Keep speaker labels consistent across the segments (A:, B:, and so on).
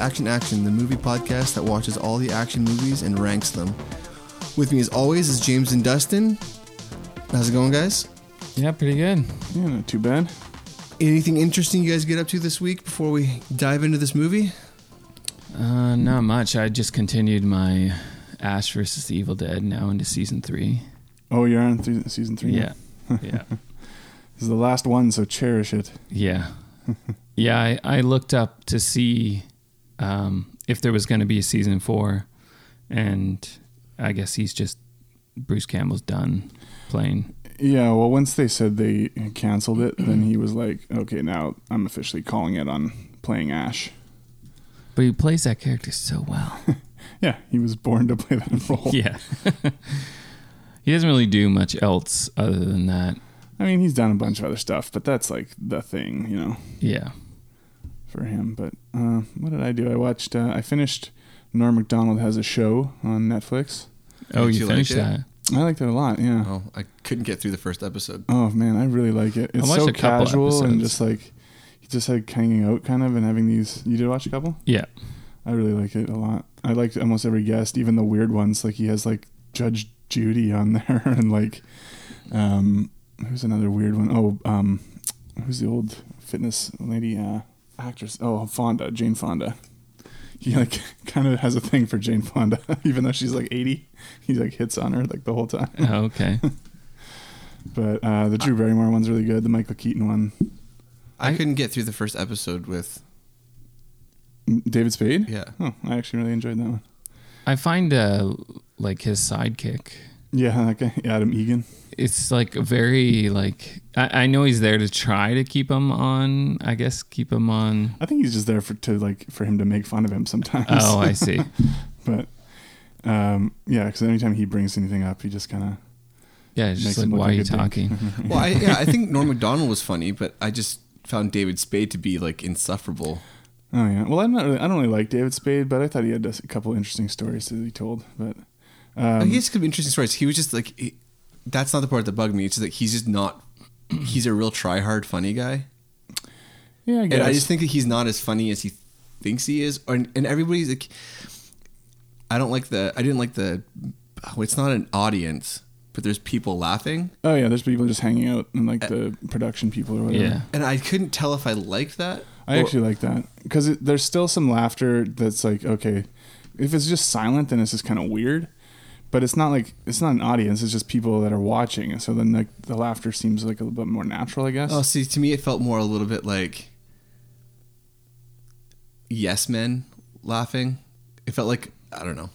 A: Action Action, the movie podcast that watches all the action movies and ranks them. With me, as always, is James and Dustin. How's it going, guys?
B: Yeah, pretty good.
C: Yeah, not too bad.
A: Anything interesting you guys get up to this week before we dive into this movie?
B: Uh, not much. I just continued my Ash versus the Evil Dead now into season three.
C: Oh, you're on th- season three. now?
B: Yeah, yeah,
C: this is the last one, so cherish it.
B: yeah, yeah. I, I looked up to see um, if there was going to be a season four, and I guess he's just Bruce Campbell's done playing.
C: Yeah. Well, once they said they canceled it, then he was like, "Okay, now I'm officially calling it on playing Ash."
B: But he plays that character so well.
C: Yeah, he was born to play that role.
B: yeah, he doesn't really do much else other than that.
C: I mean, he's done a bunch of other stuff, but that's like the thing, you know,
B: Yeah.
C: for him. But uh, what did I do? I watched. Uh, I finished. Norm Macdonald has a show on Netflix.
B: Oh,
A: Did
B: you,
A: you like
B: finished
A: it?
B: that?
C: I liked it a lot. Yeah.
A: Oh, I couldn't get through the first episode.
C: Oh man, I really like it. It's
B: watched
C: so
B: a couple
C: casual and
B: episodes.
C: just like just like hanging out kind of and having these you did watch a couple?
B: Yeah.
C: I really like it a lot. I liked almost every guest, even the weird ones. Like he has like Judge Judy on there and like um who's another weird one? Oh, um who's the old fitness lady uh actress? Oh, Fonda, Jane Fonda. He like kind of has a thing for Jane Fonda, even though she's like eighty. He like hits on her like the whole time.
B: Oh, okay.
C: But uh, the Drew Barrymore one's really good. The Michael Keaton one,
A: I couldn't get through the first episode with.
C: David Spade.
A: Yeah.
C: Oh, I actually really enjoyed that one.
B: I find uh like his sidekick.
C: Yeah, that guy, Adam Egan.
B: It's like a very like I, I know he's there to try to keep him on. I guess keep him on.
C: I think he's just there for to like for him to make fun of him sometimes.
B: Oh, I see.
C: but um, yeah, because anytime he brings anything up, he just kind of
B: Yeah, it's
C: Makes
B: just
C: him
B: like
C: look
B: why
C: like
B: are you
C: a dick.
B: talking?
A: Well, I, yeah, I think Norm Macdonald was funny, but I just found David Spade to be like insufferable.
C: oh yeah. Well, I'm not really, I don't really like David Spade, but I thought he had a couple interesting stories that he told. But
A: I guess some interesting stories. He was just like, he- that's not the part that bugged me. It's just like he's just not. He's a real try hard funny guy,
C: yeah, I guess.
A: and I just think that he's not as funny as he thinks he is. Or, and everybody's like, I don't like the. I didn't like the. Oh, it's not an audience, but there's people laughing,
C: oh yeah, there's people just hanging out and like the production people or whatever.
B: Yeah.
A: and I couldn't tell if I liked that.
C: I
A: or-
C: actually like that because there's still some laughter that's like okay, if it's just silent, then it's just kind of weird. But it's not like it's not an audience; it's just people that are watching. So then like the laughter seems like a little bit more natural, I guess.
A: Oh, see, to me, it felt more a little bit like yes men laughing. It felt like I don't know.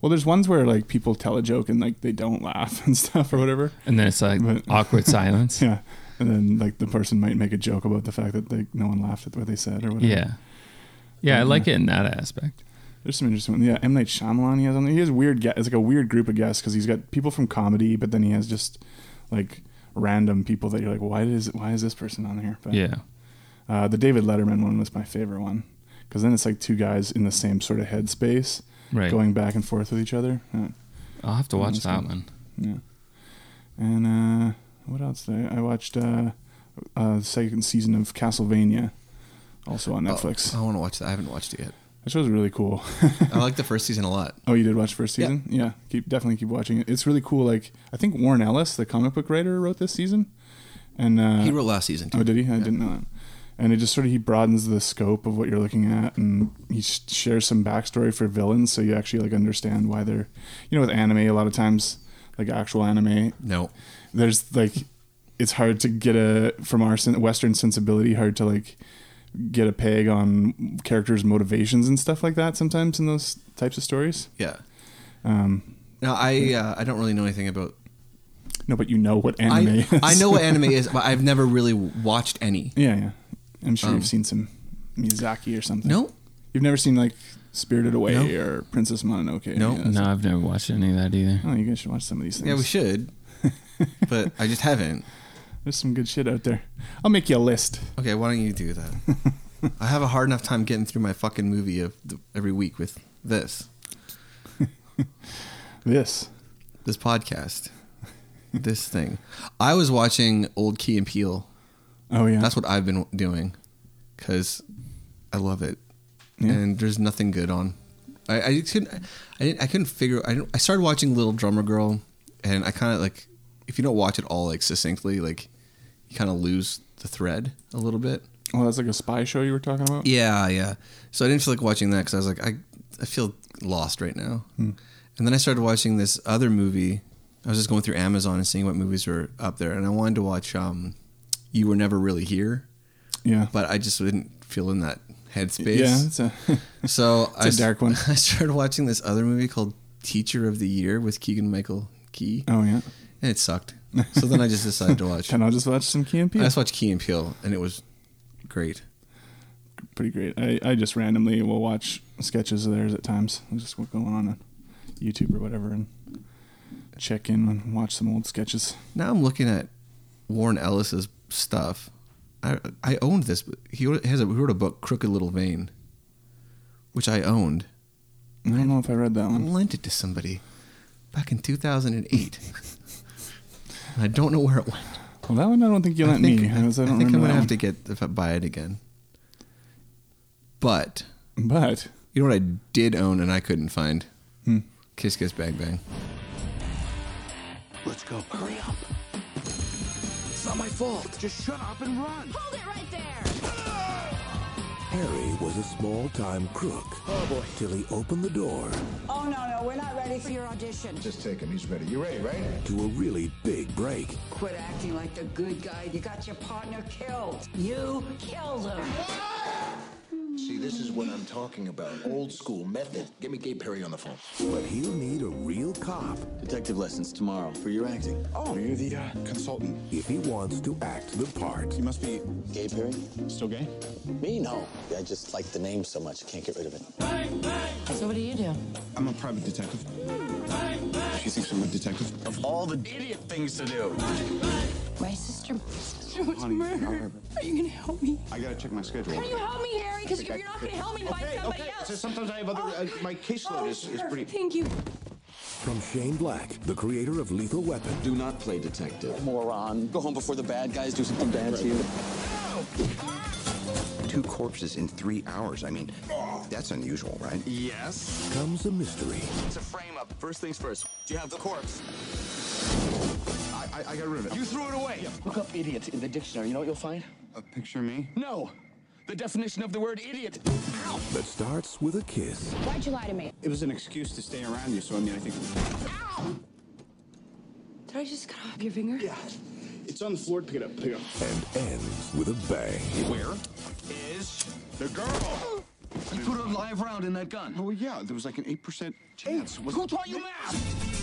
C: Well, there's ones where like people tell a joke and like they don't laugh and stuff or whatever.
B: And then it's like
C: But-
B: awkward silence.
C: Yeah, and then like the person might make a joke about the fact that like no one laughed at what they said or whatever.
B: Yeah. Yeah, I
C: Mm-hmm.
B: like it in that aspect.
C: There's some interesting ones. Yeah, M Night Shyamalan. He has on there. He has weird. Guests. It's like a weird group of guests because he's got people from comedy, but then he has just like random people that you're like, why is why is this person on here? But,
B: Yeah.
C: Uh, the David Letterman one was my favorite one because then it's like two guys in the same sort of headspace,
B: Right.
C: going back and forth with each other. Yeah.
B: I'll have to watch
C: that's
B: that
C: good.
B: one.
C: yeah. And uh, what else? Did I, I watched uh, uh, the second season of Castlevania, also on Netflix.
A: Oh, I want to watch that. I haven't watched it yet.
C: That show's really cool.
A: I like the first season a lot.
C: Oh, you did watch first
A: Yeah.
C: season? Yeah. Keep definitely keep watching it. It's really cool. Like I think Warren Ellis, the comic book writer, wrote this season. And uh,
A: He wrote last season too.
C: Oh, did he?
A: Yeah.
C: I didn't know that. And it just sort of he broadens the scope of what you're looking at, and he sh- shares some backstory for villains, so you actually like understand why they're, you know, with anime a lot of times, like actual anime,
A: No.
C: there's like it's hard to get a from our sen- western sensibility hard to like get a peg on characters motivations and stuff like that sometimes in those types of stories
A: Yeah.
C: um
A: No, I uh, I don't really know anything about.
C: no but you know what anime
A: I,
C: is
A: I know what anime is, but I've never really watched any.
C: yeah yeah i'm sure
A: Um,
C: you've seen some miyazaki or something
A: No,
C: you've never seen like spirited away
A: No.
C: or princess mononoke
A: No.
C: Yeah,
B: No,
C: that's-
B: I've never watched any of that either.
C: oh you guys should watch some of these things
A: yeah, we should, but I just haven't.
C: there's some good shit out there i'll make you a list
A: Okay, why don't you do that? I have a hard enough time getting through my fucking movie of the, every week with this
C: this
A: this podcast, this thing. I was watching old Key and Peele.
C: oh yeah
A: That's what I've been doing because I love it.
C: Yeah.
A: and there's nothing good on. I, I couldn't I didn't I couldn't figure I didn't, I started watching Little Drummer Girl, and I kind of like if you don't watch it all like succinctly, like you kind of lose the thread a little bit.
C: Well, Oh, that's like a spy show you were talking about.
A: Yeah, yeah. So I didn't feel like watching that because I was like, I, I feel lost right now. And then I started watching this other movie. I was just going through Amazon and seeing what movies were up there, and I wanted to watch um, "You Were Never Really Here,"
C: Yeah.
A: but I just didn't feel in that headspace.
C: Yeah, it's a
A: So
C: a
A: I s-
C: dark one.
A: I started watching this other movie called Teacher of the Year with Keegan Michael Key,
C: oh yeah.
A: and it sucked. So then I just decided to watch. I
C: Can I just watch some Key and Peele?
A: just watched Key and Peele, and it was great.
C: pretty great. I, I just randomly will watch sketches of theirs at times. I'll just go on, on YouTube or whatever and check in and watch some old sketches.
A: Now I'm looking at Warren Ellis's stuff. I I owned this. He wrote- has a, he wrote a book, Crooked Little Vein, which I owned.
C: I don't know if I read that
A: I
C: one.
A: lent it to somebody back in 2008. And I don't know where it went.
C: Well, that one I don't think you
A: I
C: lent
A: think,
C: me.
A: I,
C: because I,
A: I
C: don't
A: think I'm
C: remember
A: gonna
C: that
A: have to get if I buy it again. But
C: one. But
A: you know what I did own and I couldn't find?
C: Hmm.
A: Kiss Kiss Bang Bang.
D: Let's go. Hurry up. It's not my fault. Just shut up and run.
E: Hold it right there!
D: Harry was a small time crook. Oh boy. Till he opened the door
F: Oh, no, no, we're not ready for your audition.
G: Just take him. He's ready. You ready, right?
D: to a really big break.
F: Quit acting like the good guy. You got your partner killed. You killed him.
G: See, this is what I'm talking about. Old school method. Give me Gabe Perry on the phone.
D: But he'll need a real cop
H: Detective lessons tomorrow for your acting.
I: Oh, you're the uh, consultant.
D: if he wants to act the part.
I: You must be
H: Gay Perry?
I: still gay.
H: Me? No. I just like the name so much, I can't get rid of it.
F: So, what do you do?
I: I'm a private detective. She thinks I'm a detective.
H: Of all the idiot things to do.
F: My sister.
E: Are you gonna help me?
I: I gotta check my schedule.
E: Can you help me, Harry? Because you're not gonna help me find somebody else.
I: So sometimes I have other. Uh, my caseload
E: Oh,
I: is, is
E: sure.
I: pretty.
E: Thank you.
D: From Shane Black, the creator of Lethal Weapon,
H: Do not play detective. Moron. Go home before the bad guys do something bad to you.
J: Two corpses in three hours. I mean, that's unusual, right?
H: Yes.
D: comes a mystery.
H: It's a frame up. First things first. Do you have the corpse?
I: I, I, I got rid of it.
H: You threw it away. Look up idiot in the dictionary. You know what you'll find?
I: Uh, picture me.
H: No. The definition of the word idiot. Ow.
D: That starts with a kiss.
E: Why'd you lie to me?
I: It was an excuse to stay around you. So I mean, I think
E: Did I just cut off your finger? Yeah.
I: it's on the floor. Pick it up. Pick it up.
D: And ends with a bang.
H: Where is the girl? You put a live round in that gun.
I: Oh yeah, there was like an eight percent chance. Was-
H: Who taught you math?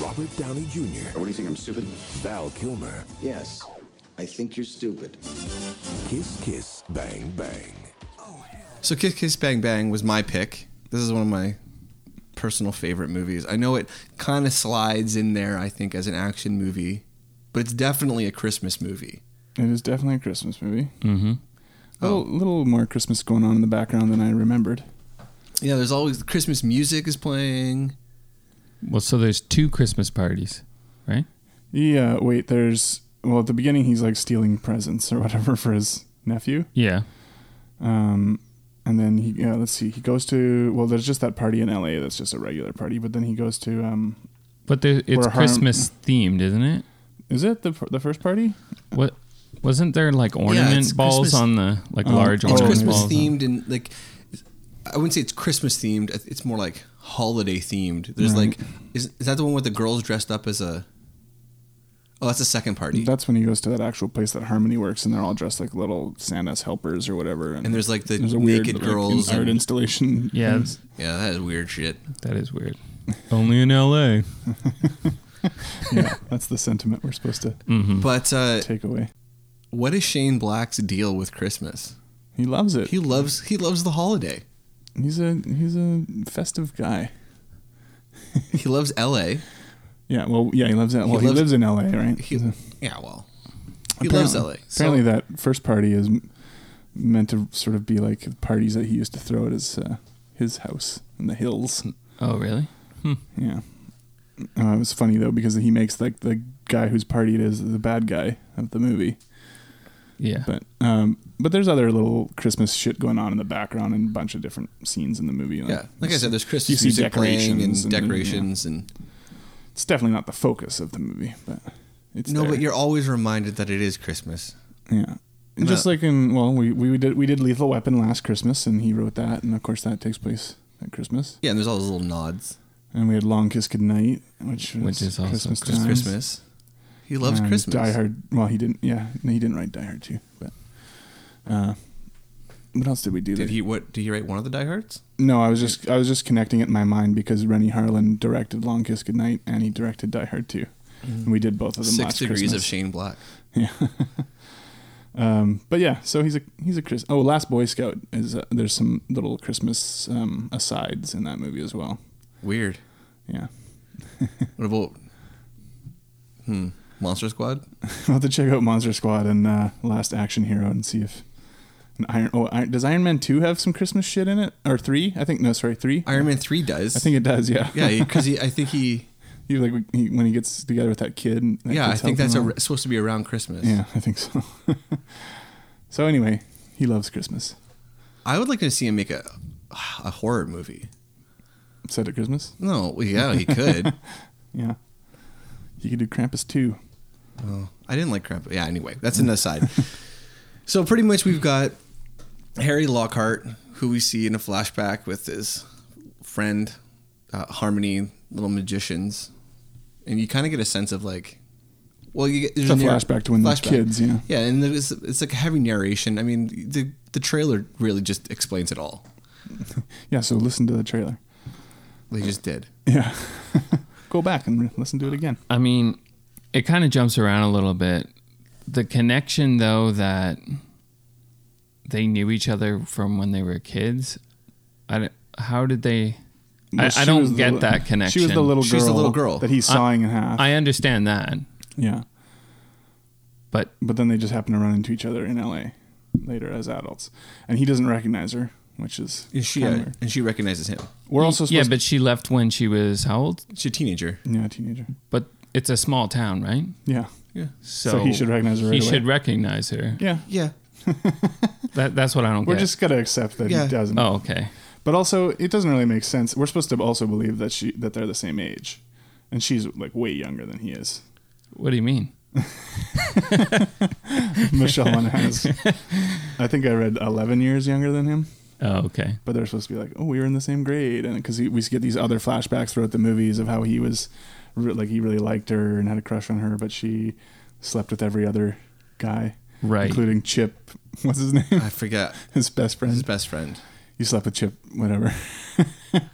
D: Robert Downey Jr.,
I: What do you think? I'm stupid.
D: Val Kilmer,
H: Yes. I think you're stupid.
D: Kiss Kiss Bang Bang.
A: So Kiss Kiss Bang Bang was my pick. This is one of my personal favorite movies. I know it kind of slides in there, I think, as an action movie, but it's definitely a Christmas movie.
C: It is definitely a Christmas movie. Mm-hmm. A
A: Oh.
C: little, little more Christmas going on in the background than I remembered.
A: Yeah, there's always Christmas music is playing.
B: Well, so there's two Christmas parties, right?
C: Yeah, uh, wait, there's well at the beginning he's like stealing presents or whatever for his nephew.
B: Yeah.
C: Um and then he yeah, let's see, he goes to well there's just that party in LA that's just a regular party, but then he goes to um
B: But there, it's
C: Or harm-
B: Christmas themed, isn't it?
C: is it the fir- the first party?
B: What wasn't there like ornament
A: it's
B: balls
A: Christmas-
B: on the like
C: Oh,
B: large
A: It's
B: ornament
A: Christmas
B: balls? on-
A: themed and like I wouldn't say it's Christmas themed. I th- It's more like holiday themed. There's like
C: Right.
A: is, is that the one with the girls dressed up as a Oh, that's the second party.
C: That's when he goes to that actual place that Harmony works and they're all dressed like little Santa's helpers or whatever.
A: And there's, like, the
C: there's a
A: naked
C: like,
A: girls
C: art
A: and-
C: installation.
B: Yeah,
C: things.
A: yeah, that is weird shit.
B: that is weird. Only in L.A.
C: yeah, that's the sentiment we're supposed to
A: But uh,
C: take away.
A: what is Shane Black's deal with Christmas?
C: He loves it.
A: He loves he loves the holiday.
C: he's a he's a festive guy.
A: He loves L.A.
C: Yeah, well, yeah, he lives in well, he,
A: lives-
C: lives in L.A. Right?
A: He,
C: He's a-
A: yeah, well, he loves L.A. So-
C: Apparently, that first party is m- meant to sort of be like parties that he used to
A: Mm.
C: throw at his uh, his house in the hills.
B: Oh, really?
C: Yeah, Uh, it was funny though because he makes like the guy whose party it is the bad guy of the movie.
B: Yeah.
C: But um, but there's other little Christmas shit going on in the background and a bunch of different scenes in the movie.
A: Yeah, like I said, there's Christmas music playing and decorations and,
C: It's definitely not the focus of the movie, but it's
A: no,
C: there.
A: but you're always reminded that it is Christmas.
C: Yeah. And just like in well, we, we did we did Lethal Weapon last Christmas, and he wrote that, and of course that takes place at Christmas.
A: Yeah, and there's all those little nods.
C: And we had Long Kiss Goodnight, which was
A: Which is also
C: Christmas.
A: Christ-
C: times.
A: Christmas. He loves
C: And
A: Christmas.
C: Die Hard. Well, he didn't. Yeah, no, he didn't write Die Hard too. But uh, what else did we do?
A: Did
C: there?
A: he what? Did he write one of the Die Hards?
C: No, I was just I was just connecting it in my mind because Rennie Harlan directed Long Kiss Goodnight and he directed Die Hard too, and we did both of them.
A: Mm-hmm. Six
C: last
A: Degrees
C: Christmas.
A: of Shane Black.
C: Yeah. um, but yeah, so he's a he's a Chris. Oh, Last Boy Scout is uh, there's some little Christmas um, asides in that movie as well.
A: Weird.
C: Yeah,
A: What about hmm, Monster Squad?
C: we'll have to check out Monster Squad and uh, Last Action Hero and see if. an Iron, oh, Iron, does Iron Man two have some Christmas shit in it, or three? I think no, sorry, three.
A: Iron Man three does.
C: I think it does. Yeah,
A: Yeah, because I think he.
C: he like he, when he gets together with that kid. and that
A: yeah, I
C: kid's
A: think
C: helping
A: that's
C: him
A: a,
C: out.
A: supposed to be around Christmas.
C: Yeah, I think so. so anyway, he loves Christmas.
A: I would like to see him make a a horror movie.
C: Set at Christmas.
A: No, well, yeah, he could.
C: Yeah, he could do Krampus too.
A: Oh, I didn't like Krampus. Yeah, anyway, that's an aside. so pretty much we've got Harry Lockhart, who we see in a flashback with his friend uh, Harmony, little magicians, and you kind of get a sense of like, well, you get
C: It's
A: there's
C: a
A: narr-
C: flashback to when they're kids, yeah.
A: yeah, and there's, it's like heavy narration. I mean, the the trailer really just explains it all.
C: Yeah, so listen to the trailer.
A: They just did.
C: Yeah, go back and re- listen to it again.
B: I mean, it kind of jumps around a little bit. The connection, though, that they knew each other from when they were kids. I don't- how did they?
C: Well,
B: I, I
C: she was
B: don't
C: the
B: get
C: li-
B: that connection.
C: She was the little girl.
A: She's the little girl.
C: that he's sawing
B: I,
C: in half.
B: I understand that,
C: yeah,
B: but
C: but then they just happen to run into each other in L.A. later as adults, and he doesn't recognize her, which is
A: And she
C: kinda
A: uh,
C: weird.
A: and she recognizes him.
C: We're also
B: yeah.
C: supposed
B: But she left when she was how old?
A: She's a teenager.
C: yeah, teenager.
B: But it's a small town, right?
C: Yeah,
A: Yeah.
B: So,
C: he should recognize her
B: He
C: right away.
B: should recognize her.
C: yeah.
A: Yeah.
B: That, that's what I don't
C: We're
B: get.
C: just gonna accept that
A: Yeah.
C: he doesn't.
B: oh, okay.
C: But also, it doesn't really make sense. We're supposed to also believe that she that they're the same age, and she's like way younger than he is.
B: What do you mean?
C: Michelle Monaghan's. I think I read eleven years younger than him,
B: Oh, okay.
C: but they're supposed to be like, oh, we were in the same grade, and because we get these other flashbacks throughout the movies of how he was, re- like he really liked her and had a crush on her, but she slept with every other guy,
B: Right.
C: including Chip. What's his name?
A: I forget
C: his best friend.
A: his best friend.
C: you slept with Chip, whatever.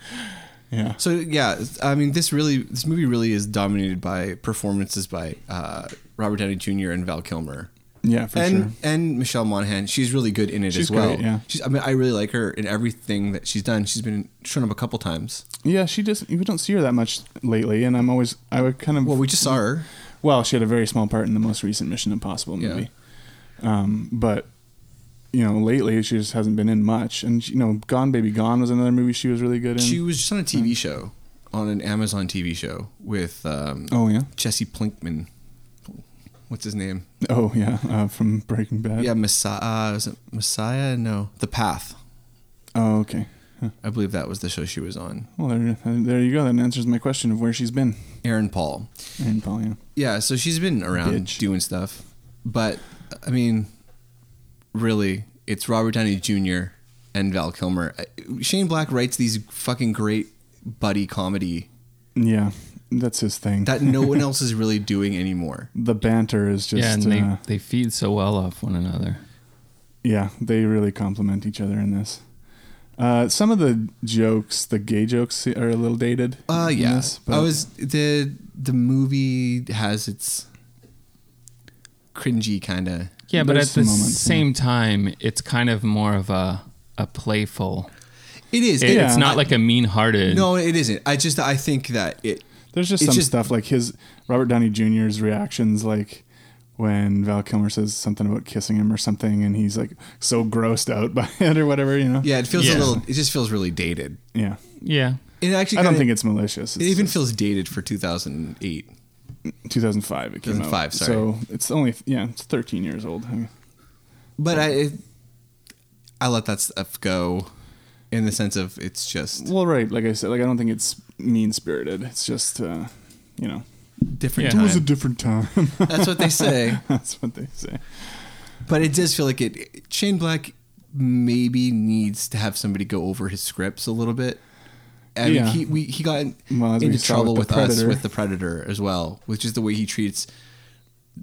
C: yeah.
A: So yeah, it's- I mean, this really, this movie really is dominated by performances by uh, Robert Downey Jr. and Val Kilmer,
C: Yeah, for
A: and
C: sure.
A: and Michelle Monaghan. She's really good in it as
C: She's
A: well.
C: great, yeah.
A: she's, I mean, I really like her in everything that she's done. She's been shown up a couple times.
C: Yeah, she just we don't see her that much lately, and I'm always I would kind of
A: Well, we just saw her.
C: well she had a very small part in the most recent Mission Impossible
A: Yeah.
C: movie, um, but you know lately she just hasn't been in much, and you know Gone Baby Gone was another movie she was really good in.
A: She was just on a TV show, on an Amazon TV show with um,
C: oh yeah,
A: Jesse Plinkman. What's his name?
C: oh yeah, uh, from Breaking Bad.
A: Yeah, Messiah. Uh, was it Messiah? No, The Path.
C: Oh okay. Huh.
A: I believe that was the show she was on.
C: Well, there, there you go. That answers my question of where she's been.
A: Aaron Paul.
C: Aaron Paul, yeah.
A: Yeah, so she's been around
C: Bitch.
A: doing stuff, but I mean, really, it's Robert Downey Jr. and Val Kilmer. Shane Black writes these fucking great buddy comedy
C: Yeah, that's his thing.
A: that no one else is really doing anymore.
C: the banter is just
B: yeah, and
C: uh,
B: they, they feed so well off one another.
C: Yeah, they really complement each other in this. Uh, some of the jokes, the gay jokes, are a little dated.
A: Uh,
C: in
A: yeah,
C: this, but
A: I was the the movie has its cringy kind of.
B: Yeah, but
C: There's
B: at the
C: some moments, yeah.
B: same time, it's kind of more of a a playful.
A: It is.
B: It-
A: it-
B: It's not like a mean-hearted.
A: No, it isn't. I just I think that it.
C: There's just
A: it's
C: some
A: just-
C: stuff like his Robert Downey Jr.'s reactions, like when Val Kilmer says something about kissing him or something, and he's like so grossed out by it or whatever, you know?
A: Yeah, it feels a
B: Yeah.
A: little. It just feels really dated.
C: yeah.
B: Yeah,
A: It actually
C: I don't
A: kinda-
C: think it's malicious.
A: it
C: It's
A: even
C: just-
A: feels dated for 2008.
C: 2005. It came
A: 2005,
C: out.
A: sorry.
C: So it's only yeah, it's 13 years old. I mean,
A: But I, it, I let that stuff go, in the sense of it's just
C: well, right. Like I said, like I don't think it's mean spirited. It's just uh, you know,
A: different
C: it was a
A: time.
C: different time.
A: That's what they say.
C: That's what they say.
A: But it does feel like it. Shane Black maybe needs to have somebody go over his scripts a little bit. I
C: Yeah.
A: mean, he we, he got
C: Well, as we
A: into
C: saw
A: trouble with,
C: with The
A: us
C: Predator.
A: with the Predator as well, with just the way he treats.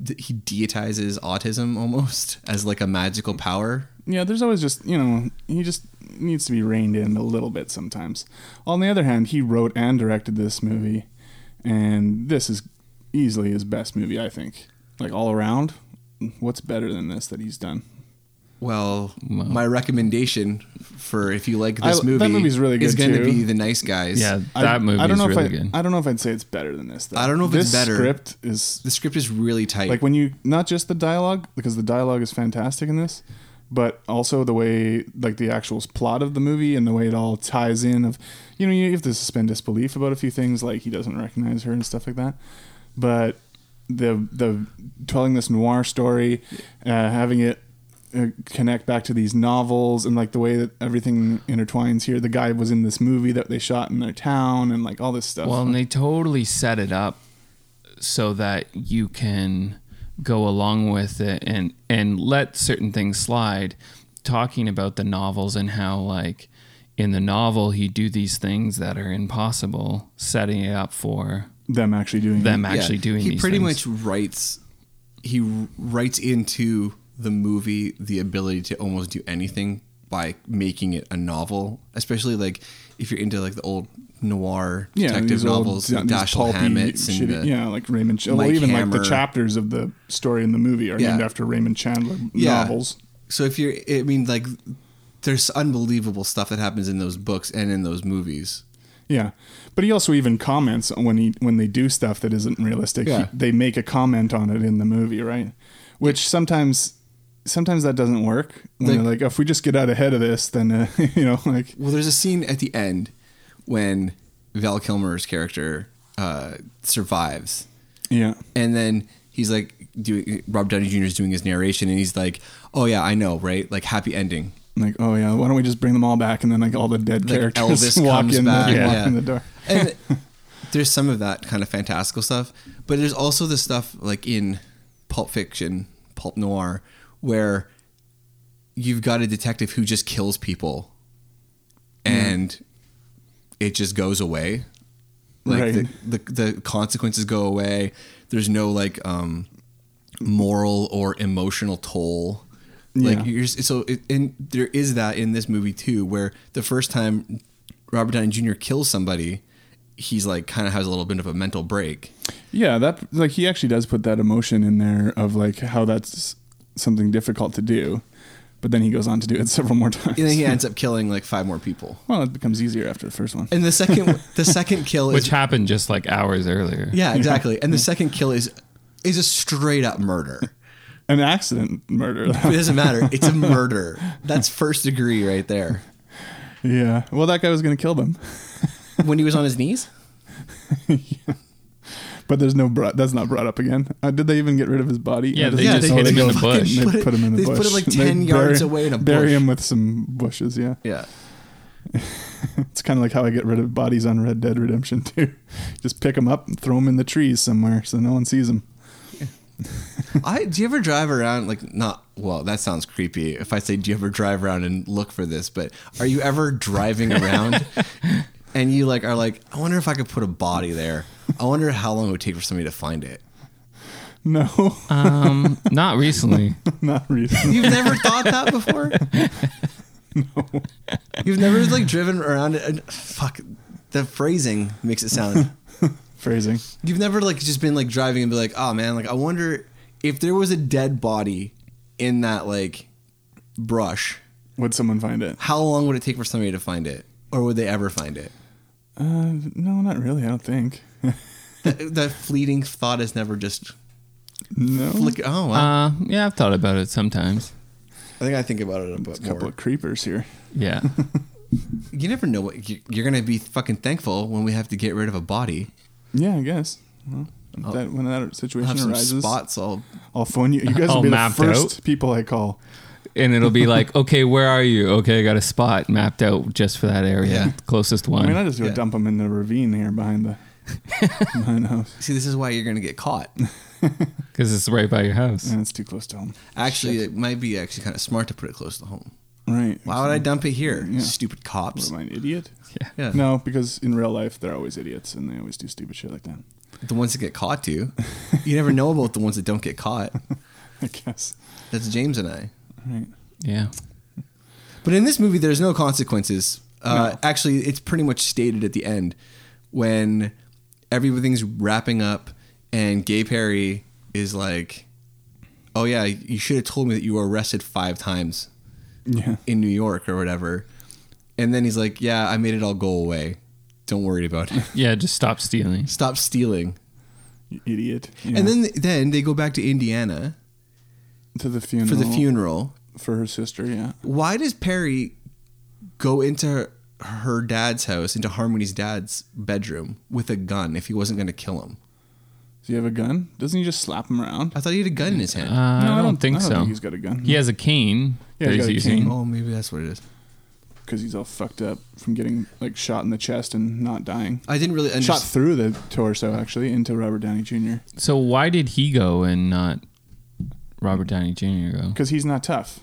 A: th- He deitizes autism almost as like a magical power.
C: Yeah, there's always just you know he just needs to be reined in a little bit sometimes. On the other hand, he wrote and directed this movie, and this is easily his best movie I think. Like all around, what's better than this that he's done?
A: Well,
B: Wow.
A: my recommendation for if you like
C: I-
A: this
C: that
A: movie,
C: movie's really
A: is
C: good,
A: going to
C: too.
A: be The Nice Guys.
B: Yeah, that movie
C: I don't know
B: is really
C: if I,
B: good.
C: I don't know if I'd say it's better than this. Though.
A: I don't know if
C: this
A: it's better.
C: Script is
A: the script is really tight.
C: like when you not just the dialogue because the dialogue is fantastic in this but also the way like the actual plot of the movie and the way it all ties in of you know you have to suspend disbelief about a few things like he doesn't recognize her and stuff like that but the the telling this noir story uh, having it uh, connect back to these novels and like the way that everything intertwines here the guy was in this movie that they shot in their town and like all this stuff
B: Well, and they totally set it up so that you can go along with it and and let certain things slide. Talking about the novels and how like in the novel he'd do these things that are impossible, setting it up for
C: them actually doing
B: them
C: it.
A: Yeah.
B: actually doing
A: He
B: these
A: pretty
B: things.
A: much writes. He writes into the movie the ability to almost do anything by making it a novel, especially like if you're into like the old noir detective
C: these old-
A: novels,
C: yeah,
A: the
C: these
A: Dashiell
C: pulpy,
A: Hammett's and
C: shitty-
A: the,
C: yeah, like Raymond. Ch- well,
A: Mike
C: even like
A: Hammer.
C: the chapters of the story in the movie are
A: Yeah.
C: named after Raymond Chandler
A: Yeah.
C: novels.
A: So if you're, I mean, like there's unbelievable stuff that happens in those books and in those movies.
C: Yeah, but he also even comments on when he when they do stuff that isn't realistic. he-
A: Yeah.
C: they make a comment on it in the movie, right? Which sometimes. Sometimes that doesn't work. When
A: Like-
C: they're like, "Oh, if we just get out ahead of this, then uh, you know, like,
A: Well, there's a scene at the end when Val Kilmer's character uh, survives.
C: yeah,
A: And then he's like, doing, Rob Downey Jr. is doing his narration, and he's like, "Oh yeah, I know, right? Like happy ending."
C: like, oh yeah, why don't we just bring them all back and then like all the dead
A: Like
C: characters
A: Elvis
C: walk
A: comes
C: in,
A: back,
C: the, walk
A: yeah.
C: in the door.
A: And there's some of that kind of fantastical stuff, but there's also the stuff like in Pulp Fiction, Pulp Noir, where you've got a detective who just kills people, and it just goes away. Like
C: Right.
A: the, the the consequences go away. There's no like um, moral or emotional toll. Like
C: Yeah.
A: you're s- so, it, and there is that in this movie too, where the first time Robert Downey Jr. kills somebody, he's like kind of has a little bit of a mental break.
C: Yeah, that like he actually does put that emotion in there of like how that's something difficult to do, but then he goes on to do it several more times.
A: And then he ends up killing like five more people.
C: well, it becomes easier after the first one.
A: And the second the second kill
B: which
A: is
B: happened just like hours earlier.
A: yeah exactly. And the second kill is is a straight up murder.
C: An accident murder.
A: It doesn't matter. It's a murder. That's first degree right there.
C: yeah. Well, that guy was gonna kill them,
A: When he was on his knees.
C: but there's no brought. That's not brought up again. Uh, did they even get rid of his body?
B: Yeah,
C: No,
B: they
C: just-
B: just
C: oh,
B: hid
C: they
B: him in
C: just
B: the bush.
C: fucking
A: Put it-
C: Put him in the
A: they
C: bush.
A: put it, like,
C: They
A: 10 yards away in a
C: Bury
A: bush.
C: him with some bushes. Yeah.
A: Yeah.
C: It's kind of like how I get rid of bodies on Red Dead Redemption 2. Just pick them up and throw them in the trees somewhere so no one sees them.
A: I do you ever drive around like not well that sounds creepy if I say do you ever drive around and look for this but are you ever driving around and you like are like I wonder if I could put a body there I wonder how long it would take for somebody to find it
C: No,
B: Um, not recently.
C: not really.
A: you've never thought that before no you've never like driven around and fuck the phrasing makes it sound
C: Phrasing.
A: You've never like just been like driving and be like, oh man, like I wonder if there was a dead body in that like brush,
C: Would someone find it?
A: how long would it take for somebody to find it? Or would they ever find it?
C: Uh, no, not really. I don't think.
A: That, that fleeting thought is never just
C: No,
A: flick. Oh, wow.
B: Uh, yeah, I've thought about it sometimes.
A: I think I think about it a bit
C: a couple
A: more.
C: of creepers here.
B: Yeah.
A: You never know what you- you're gonna be fucking thankful when we have to get rid of a body.
C: Yeah, I guess. Well,
A: I'll-
C: that, when that
A: I'll Oh.
C: situation
A: have some
C: arises,
A: spots all-
C: I'll phone you. You guys will
B: All
C: be the
B: mapped
C: first
B: out?
C: people I call.
B: and it'll be like, okay, where are you? Okay, I got a spot mapped out just for that area,
A: Yeah.
B: closest one.
C: I mean, I just go
A: Yeah.
C: dump them in the ravine here behind the behind the house.
A: See, this is why you're gonna get caught.
B: because it's right by your house.
C: And it's too close to home.
A: Actually, it might be actually kind of smart to put it close to home.
C: Right.
A: Why would I dump it here?
C: Yeah.
A: Stupid
C: What
A: cops.
C: am I, an idiot?
B: Yeah.
A: Yeah.
C: No, because in real life they're always idiots and they always do stupid shit like that.
A: The ones that get caught do. You never know about the ones that don't get caught.
C: I guess.
A: That's James and I.
C: Right.
B: Yeah.
A: But in this movie, there's no consequences. Uh, Actually, it's pretty much stated at the end when everything's wrapping up and Gay Perry is like, oh, yeah, you should have told me that you were arrested five times
C: Yeah.
A: in New York or whatever. And then he's like, yeah, I made it all go away. Don't worry about it.
B: Yeah, just stop stealing.
A: Stop stealing.
C: You idiot.
A: And
C: Yeah.
A: then then they go back to Indiana
C: to the funeral
A: for the funeral.
C: for her sister. Yeah.
A: Why does Perry go into her, her dad's house, into Harmony's dad's bedroom with a gun if he wasn't going to kill him?
C: Does he have a gun? Doesn't he just slap him around?
A: I thought he had a gun in his hand.
C: Um,
B: Uh, I, don't think
C: I don't
B: so.
C: Think he's got a gun.
B: he has a cane
C: Yeah,
B: that he's
C: he's got a
B: using.
C: cane.
A: oh, maybe that's what it is.
C: because he's all fucked up from getting like shot in the chest and not dying.
A: I didn't really
C: Shot
A: understand.
C: through the torso actually into Robert Downey Jr.
B: So why did he go and not Robert Downey Jr. go?
C: because he's not tough.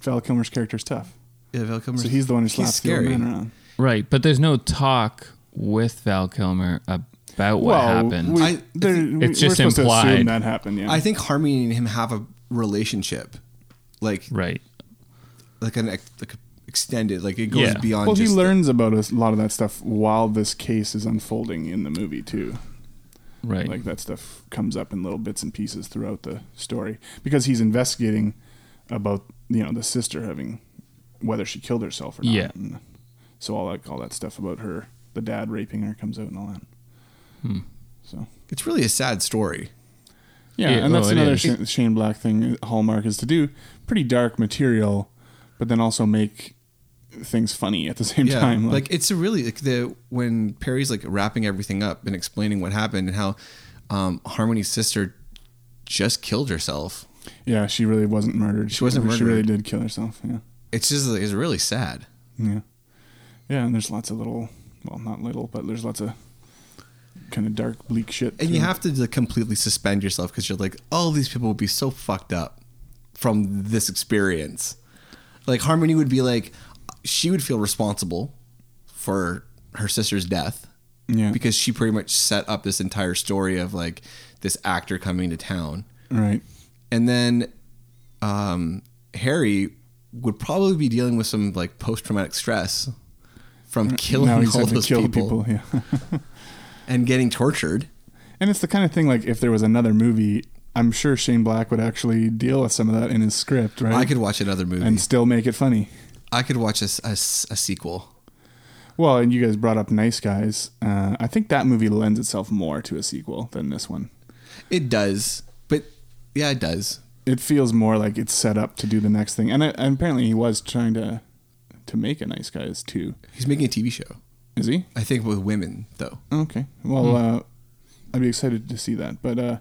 C: Val Kilmer's character's tough,
A: Yeah, Val Kilmer.
C: so he's the one who slaps the old
A: scary.
C: man around.
B: Right, but there's no talk with Val Kilmer about what happened.
C: We,
A: I-
C: there- we-
B: It's just
C: we're supposed To assume
B: implied.
C: that happened. Yeah,
A: I think Harmony and him have a relationship, like
B: right.
A: like an ex- like extended, like it goes
B: Yeah.
A: beyond.
C: well, he
A: just-
C: learns about a lot of that stuff while this case is unfolding in the movie too.
B: Right.
C: Like that stuff comes up in little bits and pieces throughout the story because he's investigating about you know the sister having whether she killed herself or not.
B: Yeah.
C: And so all that all that stuff about her, the dad raping her, comes out and all that. So
A: It's really a sad story.
C: Yeah,
B: Yeah,
C: and that's
B: oh, it
C: another
B: is.
C: Sh- Shane Black thing. uh, Hallmark is to do pretty dark material, but then also make things funny at the same
A: yeah.
C: time.
A: Like, it's a really like the when Perry's like wrapping everything up and explaining what happened and how um, Harmony's sister just killed herself.
C: yeah, she really wasn't murdered. She
A: wasn't
C: She really
A: murdered.
C: did kill herself. Yeah,
A: It's just it's really sad.
C: yeah, yeah. And there's lots of little, well, not little, but there's lots of kind of dark, bleak shit.
A: And you
C: through-
A: have to like, completely suspend yourself because you're like, all these people would be so fucked up from this experience. Like Harmony would be like, she would feel responsible for her sister's death.
C: Yeah.
A: Because she pretty much set up this entire story of like this actor coming to town.
C: right.
A: and then um, Harry would probably be dealing with some like post traumatic stress from killing
C: Mm, Now he's
A: all
C: had to
A: those
C: kill
A: people,
C: people. Yeah.
A: and getting tortured.
C: And it's the kind of thing like if there was another movie, I'm sure Shane Black would actually deal with some of that in his script, right?
A: I could watch another movie.
C: and still make it funny.
A: I could watch a, s- a s- a sequel.
C: Well, and you guys brought up Nice Guys. Uh, I think that movie lends itself more to a sequel than this one.
A: It does, but yeah, it does.
C: It feels more like it's set up to do the next thing. And, I, and apparently, he was trying to to make a Nice Guys too.
A: He's making a TV show,
C: Is he?
A: I think, with women though.
C: Okay. Well,
A: Hmm.
C: uh, I'd be excited to see that. But uh,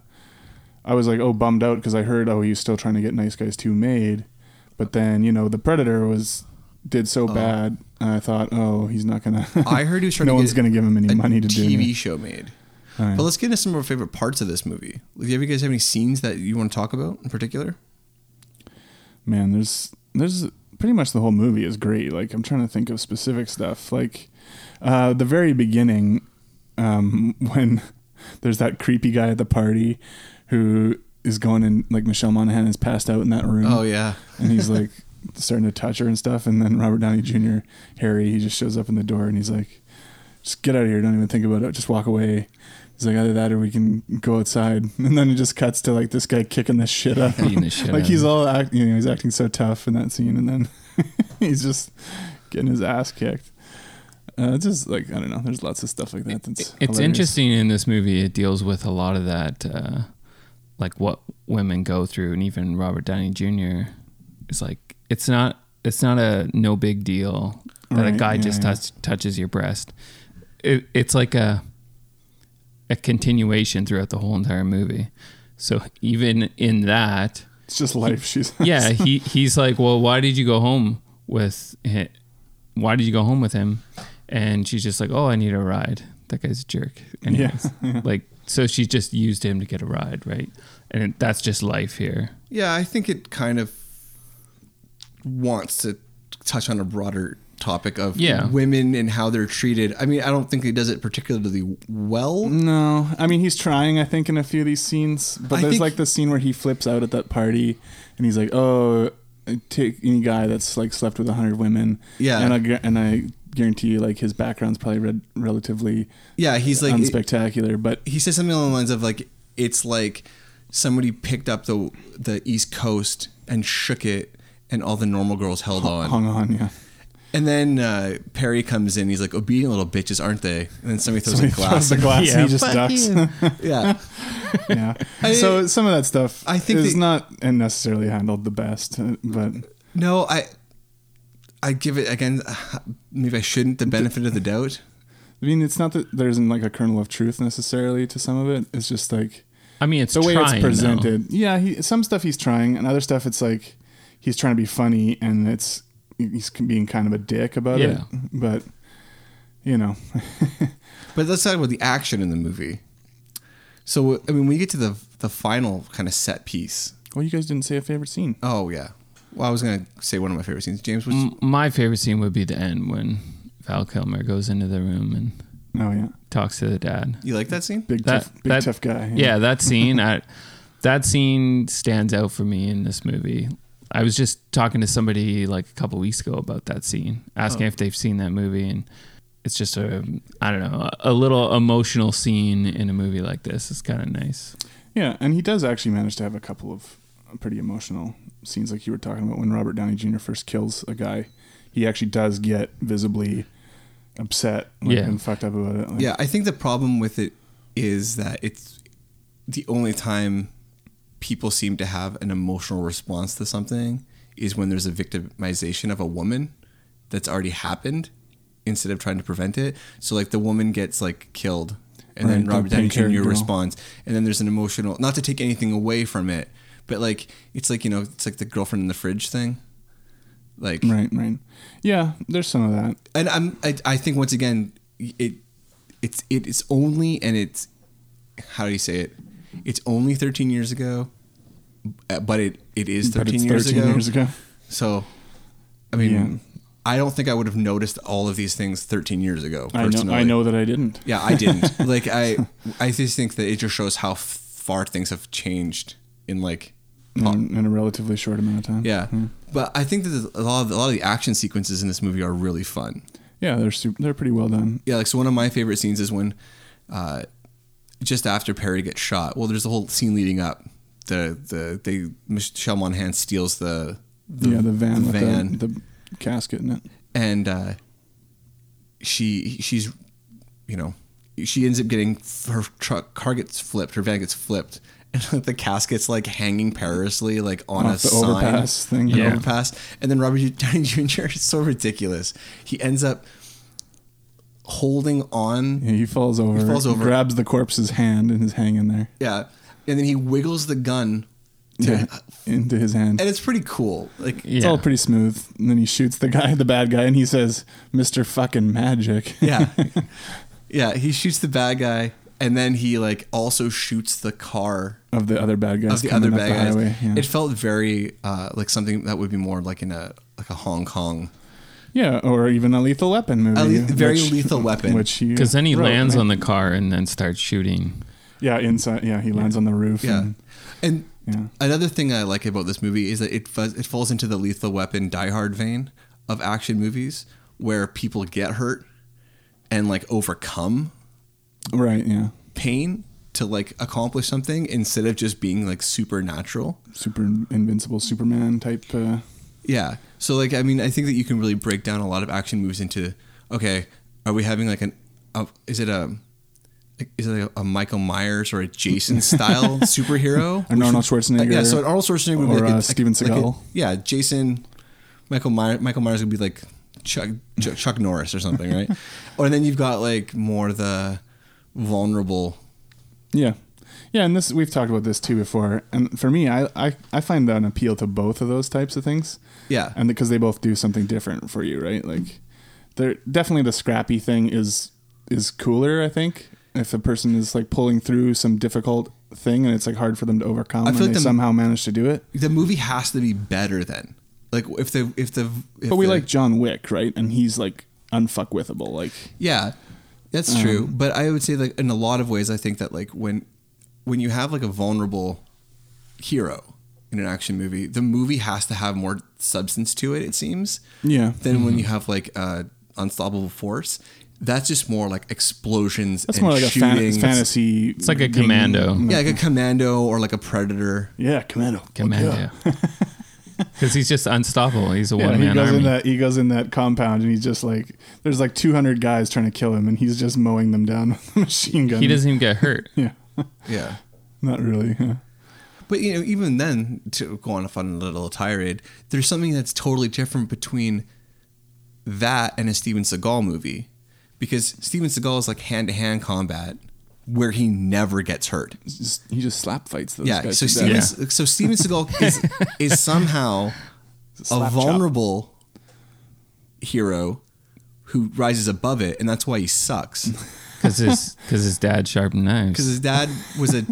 C: I was like, oh, bummed out because I heard, oh, he's still trying to get Nice Guys 2 made. But then, you know, The Predator was did so bad. And I thought, oh, he's not gonna.
A: Oh. I heard he was trying
C: no
A: to
C: one's
A: get
C: gonna give him any
A: a
C: money to do
A: TV
C: anything.
A: show made.
C: All right.
A: But let's get into some of our favorite parts of this movie. Like, do you guys have any scenes that you want to talk about in particular?
C: man there's there's pretty much the whole movie is great like i'm trying to think of specific stuff like uh the very beginning um when there's that creepy guy at the party who is going in like michelle monaghan is passed out in that room
A: Oh yeah,
C: and he's like starting to touch her and stuff and then robert downey jr harry he just shows up in the door and he's like just get out of here don't even think about it just walk away he's like either that or we can go outside and then it just cuts to like this guy kicking the shit up
B: Beating the shit out
C: like
B: of
C: he's
B: him.
C: all act, you know he's acting so tough in that scene and then he's just getting his ass kicked uh, it's just like i don't know there's lots of stuff like that that's
B: it's
C: hilarious.
B: interesting in this movie. It deals with a lot of that, uh, like what women go through, and even Robert Downey Jr. is like, it's not, it's not a no big deal that a
C: Right,
B: guy
C: yeah,
B: just
C: yeah.
B: touch, touches your breast. It, it's like a a continuation throughout the whole entire movie. So even in that,
C: It's just life, she says.
B: yeah, he he's like, well, why did you go home with him? Why did you go home with him? And she's just like, oh, I need a ride. That guy's a jerk. Anyways, like so she just used him to get a ride, right? And it, that's just life here.
A: Yeah, I think it kind of wants to touch on a broader topic of
B: Yeah.
A: women and how they're treated. I mean, I don't think he does it particularly well.
C: No, I mean he's trying. I think in a few of these scenes, but
A: I
C: there's
A: think-
C: like the scene where he flips out at that party, and he's like, "Oh, take any guy that's like slept with a hundred women."
A: Yeah.
C: and I gu- and I guarantee you, like his background's probably red, relatively
A: Yeah, he's like
C: unspectacular. But
A: he says something along the lines of like it's like somebody picked up the the East Coast and shook it, and all the normal girls held on.
C: hung on, yeah.
A: And then uh, Perry comes in. He's like, "Obedient little bitches, aren't they?" And then somebody throws
C: Somebody
A: a glass.
C: throws a glass and
B: Yeah,
C: he just
B: fuck
C: ducks.
A: yeah,
C: yeah.
A: I-
C: so some of that stuff
A: I think
C: is
A: that-
C: not necessarily handled the best, uh, but
A: no, I, I give it again. uh, Maybe I shouldn't. The benefit of the doubt.
C: I mean, it's not that there isn't like a kernel of truth necessarily to some of it. It's just like.
B: I mean, it's
C: the way
B: trying,
C: it's
B: though.
C: presented. Yeah, he, some stuff he's trying, and other stuff it's like he's trying to be funny, and it's he's being kind of a dick about it.
B: Yeah.
C: But you know,
A: But let's talk about the action in the movie. So I mean, when you get to the the final kind of set piece.
C: well, you guys didn't say a favorite scene.
A: Oh yeah. Well, I was gonna say one of my favorite scenes. James, was
B: M- My favorite scene would be the end when Val Kilmer goes into the room and
C: Oh yeah,
B: talks to the dad.
A: you like that scene?
C: big
B: That
C: tough, big
B: that-
C: tough guy.
B: Yeah, that scene. I, that scene stands out for me in this movie. I was just talking to somebody like a couple weeks ago about that scene, asking
C: Oh.
B: if they've seen that movie, and it's just a I don't know a little emotional scene in a movie like this. It's kind of nice.
C: yeah, and he does actually manage to have a couple of pretty emotional scenes, like you were talking about when Robert Downey Jr. first kills a guy. He actually does get visibly upset like,
B: Yeah.
C: and fucked up about it. Like,
A: Yeah, I think the problem with it is that it's the only time people seem to have an emotional response to something is when there's a victimization of a woman that's already happened instead of trying to prevent it. So like the woman gets like killed and then
C: Right, the
A: Robert Downey Jr.
C: pink-haired girl.
A: responds and then there's an emotional not to take anything away from it, but like it's like, you know, it's like the girlfriend in the fridge thing. Like
C: Right, right. Yeah, there's some of that.
A: and I'm I, I think once again it it's it is only and it's how do you say it it's only 13 years ago uh, but it it is 13,
C: But it's
A: years,
C: 13
A: ago.
C: years ago.
A: so I mean
C: Yeah.
A: I don't think I would have noticed all of these things 13 years ago
C: I know,
A: personally
C: I know that I didn't.
A: yeah I didn't like I I just think that it just shows how far things have changed in like
C: in, in a relatively short amount of time.
A: yeah but I think that a lot of, a lot of the action sequences in this movie are really fun
C: yeah, they're super, they're pretty well done.
A: yeah like so one of my favorite scenes is when uh just after perry gets shot well there's a whole scene leading up the the they michelle monaghan steals the, the
C: yeah, the van,
A: the
C: with
A: van
C: The, the casket in it.
A: and uh she she's you know she ends up getting her truck car gets flipped her van gets flipped and the casket's like hanging perilously like on
C: Off
A: a
C: the
A: sign
C: overpass thing.
A: an
B: Yeah.
A: overpass and then robert downey jr is so ridiculous he ends up holding on
C: Yeah, he falls over.
A: He falls over.
C: Grabs the corpse's hand and is hanging there.
A: Yeah. And then he wiggles the gun. To,
C: Yeah, into his hand.
A: And it's pretty cool. Like,
C: It's
B: Yeah.
C: all pretty smooth. And then he shoots the guy, the bad guy, and he says, "Mr. Fucking Magic."
A: yeah. yeah. He shoots the bad guy. And then he, like, also shoots the car
C: of the other bad guys.
A: of the other
C: coming up
A: bad guys.
C: highway. Yeah.
A: It felt very, uh, like, something that would be more like in a, like a Hong Kong.
C: yeah, or even a Lethal Weapon movie.
A: A le- very
C: which-
A: lethal weapon.
C: Which he
B: Because then he
C: wrote,
B: lands
C: right?
B: on the car and then starts shooting.
C: yeah inside. Yeah, he lands on the roof.
A: Yeah.
C: and-
A: And
C: Hmm. Yeah.
A: another thing I like about this movie is that it, fuzz- it falls into the lethal weapon die hard vein of action movies where people get hurt and, like, overcome
C: right. Yeah,
A: pain to like accomplish something instead of just being like supernatural.
C: super invincible Superman type. Uh,
A: Yeah. So like I mean I think that you can really break down a lot of action movies into okay, are we having like an a, is it a is it like a Michael Myers or a Jason style superhero?
C: An Arnold Schwarzenegger
A: yeah, so an Arnold Schwarzenegger would be
C: or,
A: like a,
C: uh,
A: like-
C: Steven
A: like a-
C: Seagal.
A: yeah, Jason Michael Myers Michael Myers would be like Chuck Chuck, Chuck Norris or something, right? or then you've got like more the vulnerable.
C: Yeah. Yeah, and this we've talked about this too before. And for me, I, I, I find an appeal to both of those types of things.
A: Yeah.
C: And because they both do something different for you, right? Like they're definitely the scrappy thing is is cooler, I think. If a person is like pulling through some difficult thing and it's like hard for them to overcome
A: I
C: and
A: feel
C: they
A: like the-
C: somehow manage to do it.
A: The movie has to be better then. Like if the if the if
C: But we
A: the-
C: like John Wick, right? And he's like unfuckwithable. Like
A: Yeah, that's
C: Um,
A: true. But I would say, like in a lot of ways, I think that like when when you have like a vulnerable hero in an action movie, the movie has to have more substance to it. It seems.
C: Yeah.
A: Than when you have like uh, unstoppable force. That's just more like explosions.
C: That's
A: and
C: more like a fan-
A: shootings.
C: fantasy It's like a game. commando.
A: Yeah, like a commando or like a predator.
C: Yeah, commando.
B: Commando. Because he's just unstoppable. He's a
C: Yeah,
B: one
C: he
B: man
C: goes in
B: army.
C: that he goes in that compound and he's just like there's like 200 guys trying to kill him and he's just mowing them down with a machine gun.
B: He doesn't even get hurt.
C: Yeah.
A: Yeah.
C: Not really. yeah.
A: But you know, even then, to go on a fun little tirade, there's something that's totally different between that and a Steven Seagal movie, because Steven Seagal is like hand to hand combat where he never gets hurt.
C: he just slap fights those
A: yeah,
C: guys
A: so
C: to
A: Steven,
C: death.
A: so Steven Seagal is is somehow a
C: Slap chop.
A: vulnerable hero who rises above it, and that's why he sucks.
B: Because his, 'cause his dad sharpened knives.
A: because his dad was a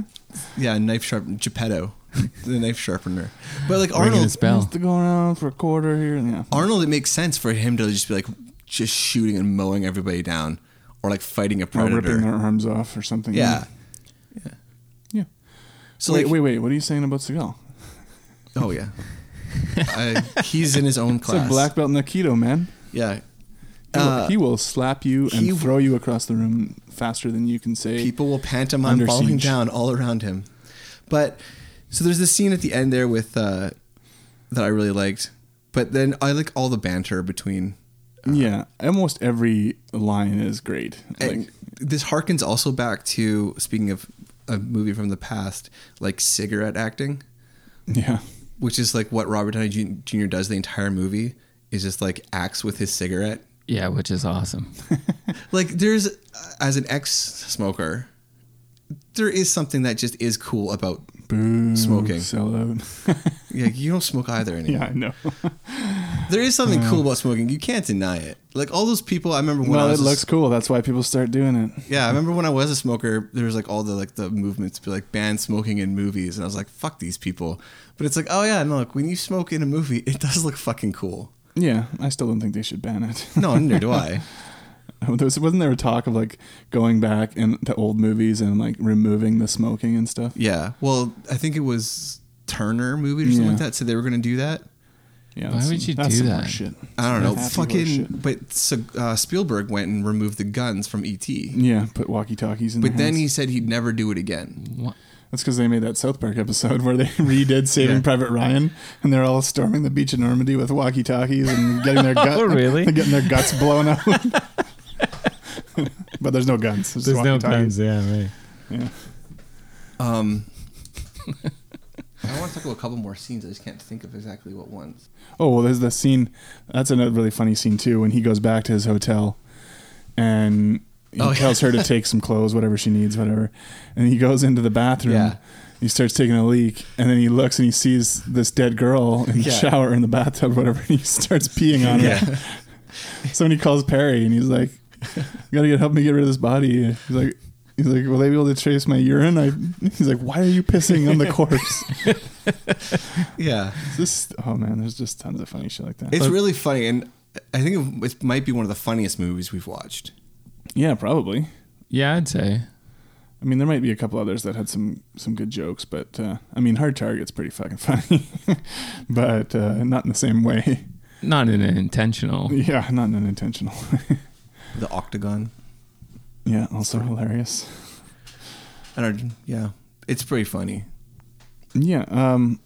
A: yeah knife sharpen Geppetto, the knife sharpener. But like
B: Ringing
A: Arnold,
B: his bell.
C: Just to go around for a quarter here and yeah.
A: Arnold, it makes sense for him to just be like just shooting and mowing everybody down, or like fighting a
C: Or ripping their
A: predator.
C: arms off or something.
A: Yeah.
C: Yeah.
A: So
C: wait,
A: like,
C: wait, wait. What are you saying about Seagal?
A: oh yeah, I, he's in his own
C: It's a
A: class.
C: black belt in Aikido, man.
A: yeah.
C: He, will-
A: Uh,
C: he will slap you and
A: he-
C: throw you across the room faster than you can say.
A: people will pantomime
C: Under
A: falling
C: siege.
A: down all around him. But so there's this scene at the end there with uh, that I really liked. But then I like all the banter between
C: yeah, almost every line is great.
A: And
C: Like,
A: this harkens also back to speaking of a movie from the past, like cigarette acting,
C: yeah,
A: which is like what Robert Downey Jun- Jr. does the entire movie is just like acts with his cigarette.
B: Yeah, which is awesome.
A: Like there's uh, as an ex-smoker, there is something that just is cool about
C: boo,
A: Smoking.
C: sell out.
A: yeah, you don't smoke either anymore.
C: uh, yeah, I know.
A: There is something cool about smoking. You can't deny it. Like all those people, I remember when I
C: well, it
A: was a
C: looks cool. That's why people start doing it.
A: Yeah, I remember when I was a smoker, there was like all the like the movements to be like ban smoking in movies, and I was like, fuck these people. But it's like, oh yeah, no, like when you smoke in a movie, it does look fucking cool.
C: Yeah, I still don't think they should ban it.
A: No, neither do I.
C: there was, wasn't there a talk of like going back and to old movies and like removing the smoking and stuff?
A: Yeah. Well, I think it was Turner movie or something
C: Yeah.
A: like that. So they were gonna do that.
C: Yeah,
B: Why
C: that's-
B: would you
C: that's
B: do
C: some
B: that?
C: horse Shit.
A: I don't know.
C: That's some horse
A: fucking.
C: shit.
A: But so, uh, Spielberg went and removed the guns from ET.
C: Yeah, put walkie talkies in.
A: But
C: their
A: then he
C: hands.
A: said he'd never do it again.
B: What?
C: that's because they made that South Park episode where they redid Saving
A: Yeah.
C: Private Ryan, and they're all storming the beach in Normandy with walkie talkies and getting their gut,
B: Oh, really?
C: they're getting their guts blown out. but there's no guns. There's, walkie-talkies.
B: Yeah, right.
A: Um, I want to talk about a couple more scenes. I just can't think of exactly what ones.
C: Oh well, there's the scene. That's another really funny scene too. When he goes back to his hotel, and he
A: Oh, yeah.
C: tells her to take some clothes, whatever she needs, whatever. And he goes into the bathroom.
A: Yeah.
C: He starts taking a leak, and then he looks and he sees this dead girl in the
A: Yeah.
C: shower in the bathtub, whatever. And he starts peeing on her. So when he calls Perry, and he's like, "You gotta get help me get rid of this body." He's like. He's like, will they be able to trace my urine? I, he's like, why are you pissing on the corpse?
A: Yeah.
C: this, oh man, there's just tons of funny shit like that.
A: It's really funny, and I think it might be one of the funniest movies we've watched.
C: yeah, probably.
B: Yeah, I'd say.
C: I mean, there might be a couple others that had some some good jokes, but uh, I mean, Hard Target's pretty fucking funny, but uh, not in the same way.
B: Not in an intentional.
C: Yeah, not in an intentional. way.
A: The Octagon.
C: yeah, also hilarious.
A: I don't. Yeah, it's pretty funny.
C: Yeah, um,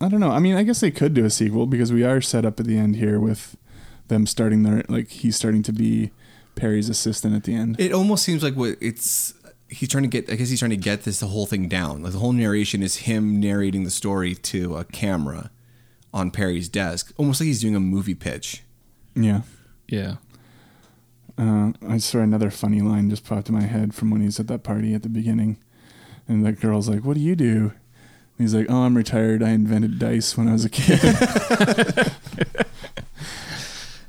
C: I don't know. I mean, I guess they could do a sequel because we are set up at the end here with them starting their like he's starting to be Perry's assistant at the end.
A: It almost seems like what it's. He's trying to get. I guess he's trying to get this the whole thing down. Like the whole narration is him narrating the story to a camera on Perry's desk, almost like he's doing a movie pitch.
C: yeah,
B: Yeah.
C: Uh, I saw another funny line just popped in my head from when he's at that party at the beginning, and that girl's like, "What do you do?" And he's like, "Oh, I'm retired. I invented dice when I was a kid." yeah,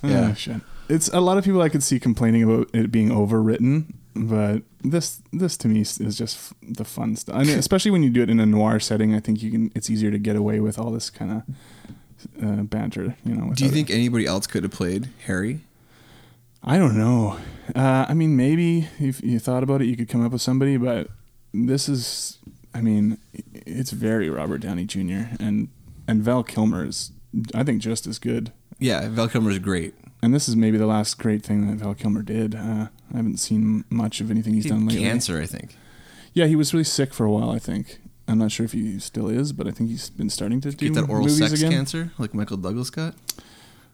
A: Yeah.
C: Oh, shit. It's a lot of people I could see complaining about it being overwritten, but this this to me is just f- the fun stuff. I mean, especially when you do it in a noir setting, I think you can. It's easier to get away with all this kind of uh, banter. You know.
A: Do you
C: without-
A: think anybody else could have played Harry?
C: I don't know. Uh, I mean, maybe if you thought about it, you could come up with somebody, but this is, I mean, i- it's very Robert Downey Jr. and and Val Kilmer is, I think, just as good.
A: Yeah, Val Kilmer's great.
C: And this is maybe the last great thing that Val Kilmer did. Uh, I haven't seen much of anything he's
A: He
C: done
A: had
C: lately.
A: cancer, I think.
C: Yeah, he was really sick for a while. I think. I'm not sure if he still is, but I think he's been starting to do
A: Get that oral
C: movies
A: sex
C: again.
A: cancer, like Michael Douglas got.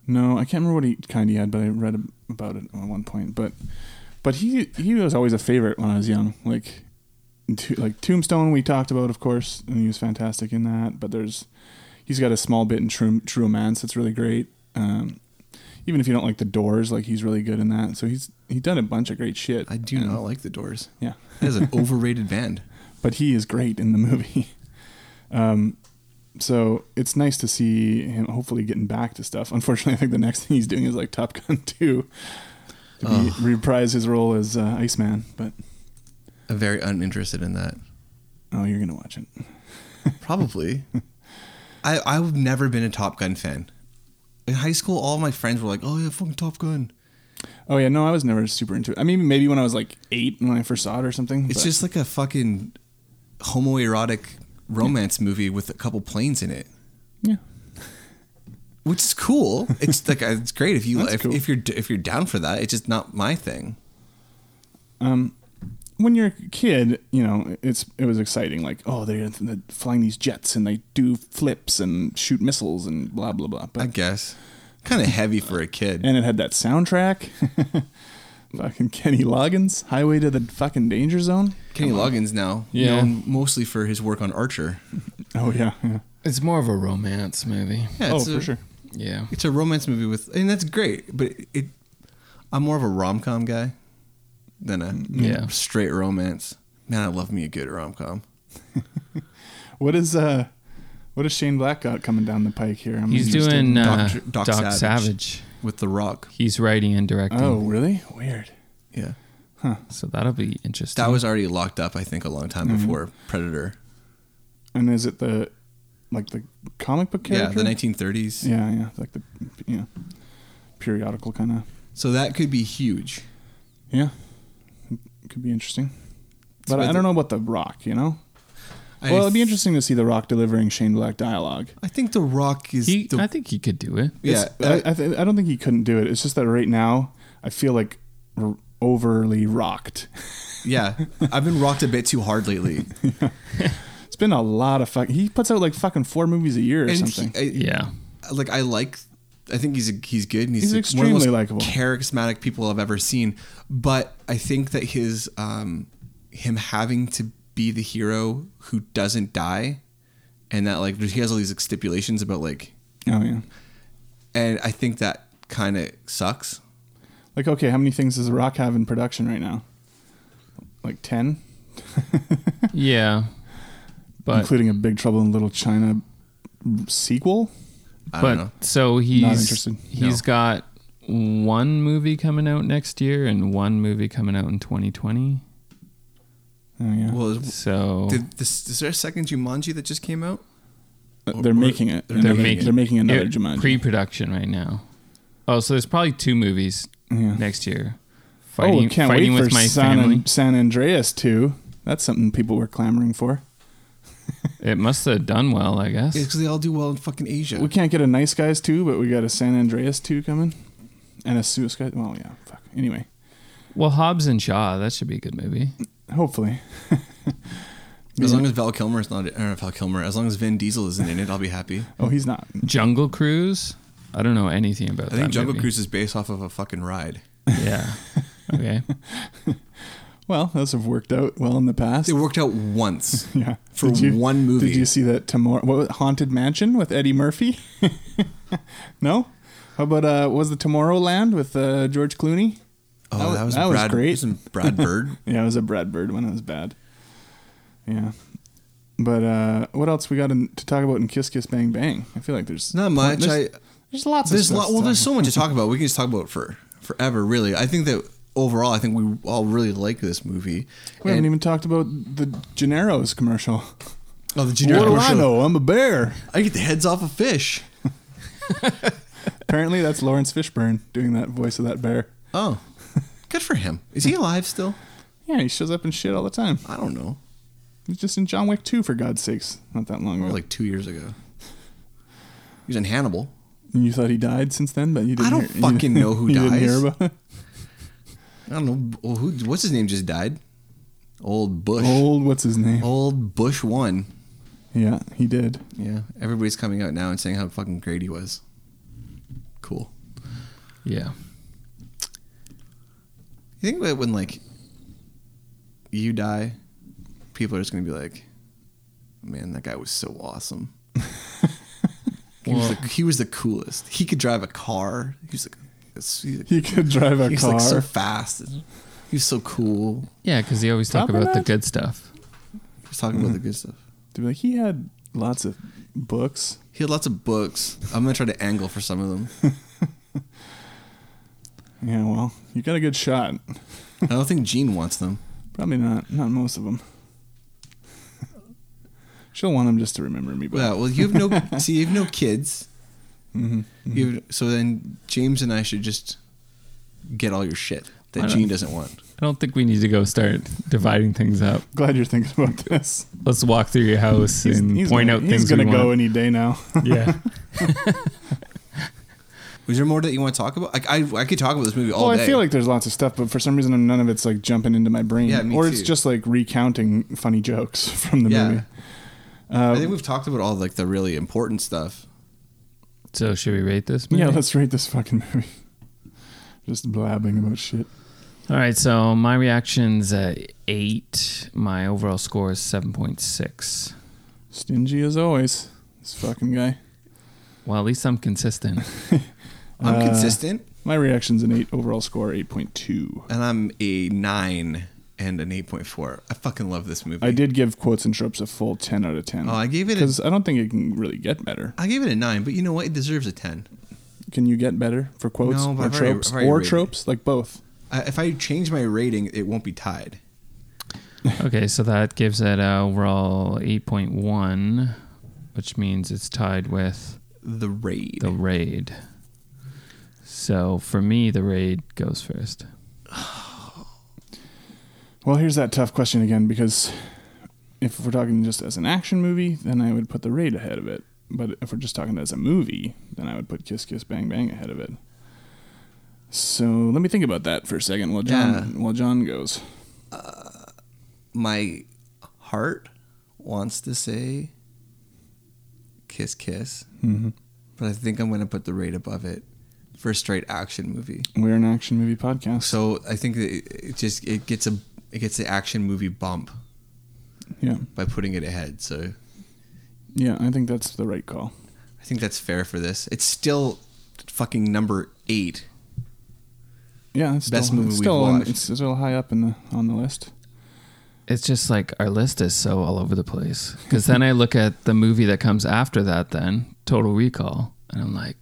C: No, I can't remember what he kind he had, but I read ab- about it at one point. But but he he was always a favorite when I was young. Like to, like Tombstone, we talked about, of course, and he was fantastic in that. But there's he's got a small bit in True True Romance that's really great. Um, even if you don't like The Doors, like he's really good in that. So he's he done a bunch of great shit.
A: I do
C: And-
A: not like The Doors.
C: yeah,
A: That is an overrated band.
C: but he is great in the movie. Um, so it's nice to see him hopefully getting back to stuff. Unfortunately, I think the next thing he's doing is like Top Gun 2 to be, reprise his role as uh, Iceman. But
A: I'm very uninterested in that.
C: oh, you're going to watch it.
A: Probably. I I've never been a Top Gun fan. In high school, all my friends were like, "Oh yeah, fucking Top Gun."
C: Oh, yeah. No, I was never super into it. I mean, maybe when I was like eight when I first saw it or something.
A: It's
C: but-
A: just like a fucking homoerotic romance movie with a couple planes in it,
C: Yeah.
A: which is cool. It's like uh, it's great if you
C: That's
A: if,
C: cool.
A: if you're if you're down for that. It's just not my thing.
C: when you're a kid, you know, it's it was exciting. Like, oh, they're, they're flying these jets and they do flips and shoot missiles and blah, blah, blah. But
A: I guess kind of heavy for a kid.
C: and it had that soundtrack. fucking Kenny Loggins, Highway to the fucking Danger Zone.
A: Kenny Loggins now
B: Yeah.
A: known mostly for his work on Archer.
C: Oh yeah, yeah.
B: It's more of a romance movie.
A: Yeah,
C: oh
A: it's
C: for
A: a-
C: sure.
B: Yeah.
A: It's a romance movie with, and that's great. But it, I'm more of a rom com guy than a
B: Mm, Yeah.
A: straight romance. Man, I love me a good rom com.
C: What is uh, what is Shane Black got coming down the pike here? I'm
B: He's
C: interested.
B: doing uh,
A: Doc- Doc
B: Doc,
A: Savage.
B: Savage.
A: with The Rock.
B: He's writing and directing.
C: Oh really? Weird.
A: Yeah,
B: So Mm-hmm. that'll be interesting.
A: that was already locked up. I think a long time before Predator.
C: And is it the like the comic book character?
A: Yeah, the 1930s.
C: Yeah, yeah, like the yeah periodical kind of.
A: So that could be huge.
C: Yeah, could be interesting. But
A: with
C: I
A: the-
C: don't know about the Rock. You know.
A: I
C: well, it'd be
A: th-
C: interesting to see the Rock delivering Shane Black dialogue.
A: I think The Rock is.
B: he,
A: the,
B: I think he could do it.
A: yeah, uh,
C: I, I, th- I don't think he couldn't do it. It's just that right now I feel like r- overly rocked.
A: yeah. I've been rocked a bit too hard lately.
C: It's been a lot of fuck. He puts out like fucking four movies a year or
A: And
C: something.
A: he- I-
B: Yeah.
A: like I like. I think he's a, he's good and he's,
C: He's
A: like,
C: extremely
A: one of the most
C: likable.
A: charismatic people I've ever seen. But I think that his um, him having to be the hero who doesn't die, and that like he has all these like, stipulations about like,
C: oh yeah.
A: and I think that kind of sucks.
C: Like okay, how many things does the Rock have in production right now? Like ten,
B: Yeah. But
C: including a Big Trouble in Little China sequel.
A: I
B: but
A: don't know.
B: so he's
C: interested.
B: he's
A: No.
B: got one movie coming out next year and one movie coming out in 2020.
C: Oh yeah.
A: Well, is,
B: So
A: did this, is there a second Jumanji that just came out?
C: Uh, they're making it.
A: They're
C: And They're,
A: making
C: making. They're making another
B: it-
C: Jumanji.
B: pre-production right now. Oh, so there's probably two movies
C: Yeah.
B: next year.
C: oh,
B: Fighting,
C: can't
B: fighting
C: wait
B: with
C: for
B: my
C: San,
B: family.
C: San Andreas too. That's something people were clamoring for.
B: It must have done well, I guess.
A: Yeah, because they all do well in fucking Asia.
C: We can't get a nice guys two, but we got a San Andreas two coming, and a Suicide. Well, yeah, fuck. Anyway,
B: well, Hobbs and Shaw, that should be a good movie.
C: hopefully,
A: As long as Val Kilmer is not, or Val Kilmer, as long as Vin Diesel isn't in it, I'll be happy.
C: oh, he's not.
B: Jungle Cruise. I don't know anything about
A: I
B: that.
A: think Jungle
B: movie.
A: Cruise is based off of a fucking ride.
B: Yeah. Okay.
C: Well, those have worked out well in the past.
A: It worked out once.
C: yeah,
A: for one movie.
C: Did you see that tomorrow? What was it, Haunted Mansion with Eddie Murphy? no, How about uh, what was the Tomorrowland with uh, George Clooney?
A: Oh,
C: wa-
A: that was Brad-
C: great.
A: wasn't Brad Bird?
C: yeah, it was a Brad Bird one. It was bad. Yeah, but uh, what else we got in, to talk about in Kiss Kiss Bang Bang? I feel like there's
A: Not much.
C: There's,
A: I-
C: there's lots.
A: There's
C: of
A: lot.
C: stuff
A: Well,
C: to
A: there's
C: talk
A: so much to talk about. We can just talk about it for forever. Really, I think that overall, I think we all really like this movie.
C: We haven't even talked about the Gennaro's commercial.
A: Oh, the Gennaro's
C: What
A: commercial.
C: do I know? I'm a bear.
A: I get the heads off a fish.
C: Apparently, that's Lawrence Fishburne doing that voice of that bear.
A: Oh, good for him. Is he alive still?
C: Yeah, he shows up in shit all the time.
A: I don't know.
C: He was just in John Wick 2, for God's sakes, not that long
A: Well,
C: ago.
A: like two years ago. He was in Hannibal.
C: And you thought he died since then, but you didn't.
A: I don't
C: hear- you-
A: fucking know who
C: you Didn't
A: dies.
C: hear about it?
A: I don't know well, who. What's his name just died? Old Bush.
C: Old, what's his name?
A: Old Bush one.
C: Yeah, he did.
A: Yeah, everybody's coming out now and saying how fucking great he was. Cool.
B: Yeah.
A: You think that when like you die, people are just gonna be like, "Man, that guy was so awesome. he, was the, he was the coolest. He could drive a car. He was like, he's like-
C: He could drive a
A: he's
C: car.
A: like so fast. He was so cool.
B: Yeah, because they always talk
C: Probably
B: about the
C: not.
B: good stuff.
A: He was talking about
C: Mm.
A: the good stuff.
C: They'd be like, he had lots of books.
A: He had lots of books. I'm gonna try to angle for some of them.
C: Yeah, well, you got a good shot.
A: I don't think Gene wants them.
C: Probably not. Not most of them. She'll want him just to remember me. But
A: Yeah, well, you have no see, you have no kids.
C: Mm-hmm,
A: You have, so then James and I should just get all your shit that
B: don't-
A: Gene doesn't want.
B: I don't think we need to go start dividing things up.
C: glad you're thinking about this.
B: Let's walk through your house and point
C: gonna,
B: out
C: he's
B: things
C: gonna
B: we
C: go
B: want.
C: any day now.
B: yeah.
A: Was there more that you want to talk about? Like I, I could talk about this movie all
C: well,
A: day.
C: I feel like there's lots of stuff, but for some reason, none of it's like jumping into my brain.
A: Yeah, me
C: or it's
A: too.
C: just like recounting funny jokes from the
A: yeah.
C: movie. Uh,
A: I think we've talked about all like the really important stuff.
B: So should we rate this? Movie?
C: Yeah, let's rate this fucking movie. Just blabbing about shit.
B: All right. So my reaction's uh, eight. My overall score is seven point six.
C: Stingy as always. This fucking guy.
B: Well, at least I'm consistent.
A: I'm
C: Uh,
A: consistent,
C: My reaction's an eight overall score, eight point two.
A: and I'm a nine and an eight point four. I fucking love this movie.
C: I did give quotes and tropes a full ten out of ten.
A: Oh, I gave it a-
C: because I don't think it can really get better.
A: I gave it a nine, but you know what? It deserves a ten.
C: Can you get better for quotes
A: No, but
C: or
A: I've already-
C: tropes
A: I've already
C: or
A: rated it.
C: tropes? Like both.
A: I, if I change my rating, it won't be tied.
B: okay, so that gives it uh, overall eight point one, which means it's tied with
A: The raid.
B: the raid. So for me, the raid goes first.
C: Well, here's that tough question again because if we're talking just as an action movie, then I would put The Raid ahead of it. But if we're just talking as a movie, then I would put Kiss Kiss Bang Bang ahead of it. So let me think about that for a second while John while John goes.
A: my heart wants to say kiss kiss but i think i'm going to put the rate above it for a straight action movie
C: We're an action movie podcast.
A: so i think that it it just it gets a it gets the action movie bump
C: yeah,
A: by putting it ahead so
C: yeah, I think that's the right call.
A: i think that's fair for this it's still fucking number eight
C: Yeah, it's
A: Best
C: still,
A: movie
C: it's
A: we've
C: still on-
A: watched.
C: It's, it's still high up in the on the list.
B: It's just like our list is so all over the place. Because then I look at the movie that comes after that, then Total Recall, and I'm like,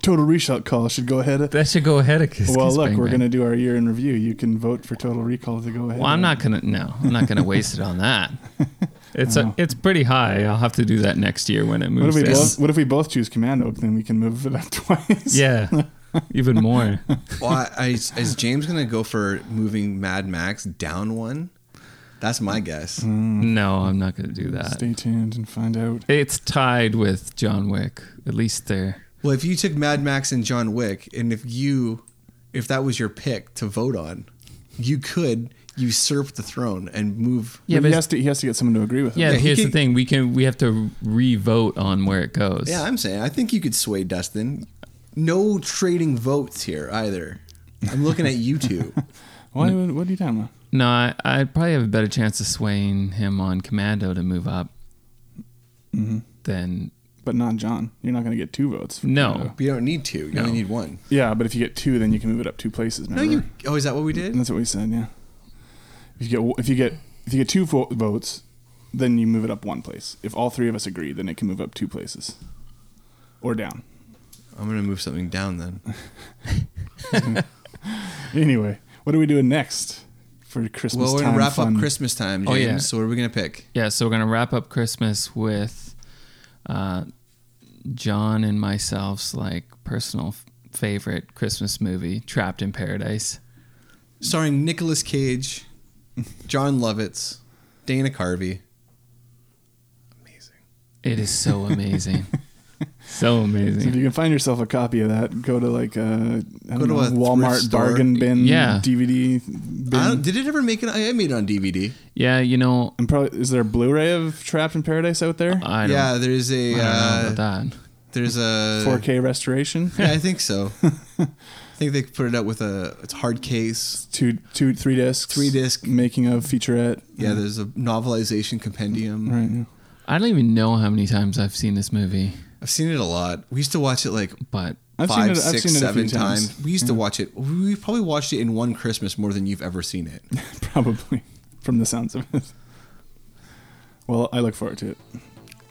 C: Total Recall call should go ahead.
B: that should go ahead of Kiss
C: well,
B: Kiss
C: look,
B: Bang
C: we're
B: Bang.
C: gonna do our year in review. You can vote for Total Recall to go ahead.
B: Well, I'm not gonna. No, I'm not gonna waste it on that. It's a, it's pretty high. I'll have to do that next year when it
C: What if
B: moves.
C: we
B: down.
C: both? What if we both choose Commando? Then we can move it up twice.
B: Yeah, even more.
A: well I, I- is james going to go for moving mad max down one that's my guess
B: No, I'm not gonna do that.
C: Stay tuned and find out.
B: It's tied with John Wick. At least there.
A: Well, if you took Mad Max and John Wick, and if you, if that was your pick to vote on, you could usurp the throne and move.
B: Yeah,
C: Yeah,
B: but
C: but he
B: it's-
C: has to. He has to get someone to agree with him.
B: Yeah.
A: Yeah, he
B: here's the
A: can-
B: thing: we can we have to re-vote on where it goes.
A: Yeah, I'm saying I think you could sway Dustin. No trading votes here either. I'm looking at you two.
C: Why? What, what are you talking about?
B: No, I, I'd probably have a better chance of swaying him on Commando to move up than
C: but not John. You're not going to get two votes. for
B: No.
C: Trudeau.
A: But you don't need two. You only need one.
C: Yeah, but if you get two, then you can move it up two places.
A: No,
C: Remember?
A: you. Oh, is that what we did?
C: That's what we said. Yeah. If you get if you get if you get two vo- votes, then you move it up one place. If all three of us agree, then it can move up two places, or down.
A: I'm gonna move something down then.
C: Anyway, what are we doing next for Christmas?
A: well, we're gonna
C: time
A: wrap
C: fun?
A: up Christmas time, James.
B: Oh, yeah.
A: So what are we gonna pick?
B: Yeah, so we're gonna wrap up Christmas with uh, John and myself's like personal f- favorite Christmas movie, Trapped in Paradise.
A: Starring Nicolas Cage, John Lovitz, Dana Carvey. Amazing.
B: It is so amazing, so
C: So if
B: amazing.
C: you can find yourself a copy of that, go to like a, I
A: Go to
C: don't know,
A: a thrift
C: Walmart
A: store.
C: bargain bin
B: Yeah.
C: DVD.
A: I
C: Bin.
A: don't, did it ever make it? I I made it on DVD.
B: Yeah, you know,
C: And probably is there a Blu-ray of Trapped in Paradise out there?
A: Uh,
B: I don't,
A: yeah, there's
B: I
A: a
B: don't know
A: uh,
B: about that.
A: there's a
C: 4K restoration.
A: Yeah, I think so. I think they put it out with a it's hard case.
C: two, two, three discs.
A: Three disc.
C: making of featurette.
A: Yeah, there's a novelization compendium.
C: Right. Yeah.
B: I don't even know how many times I've seen this movie,
A: I've seen it a lot. We used to watch it like
B: but
C: I've seen
A: five,
C: it- I've
A: six,
C: seen it a
A: seven
C: few times.
A: We used to watch it. We probably watched it in one Christmas more than you've ever seen it.
C: Probably from the sounds of it. Well, I look forward to it.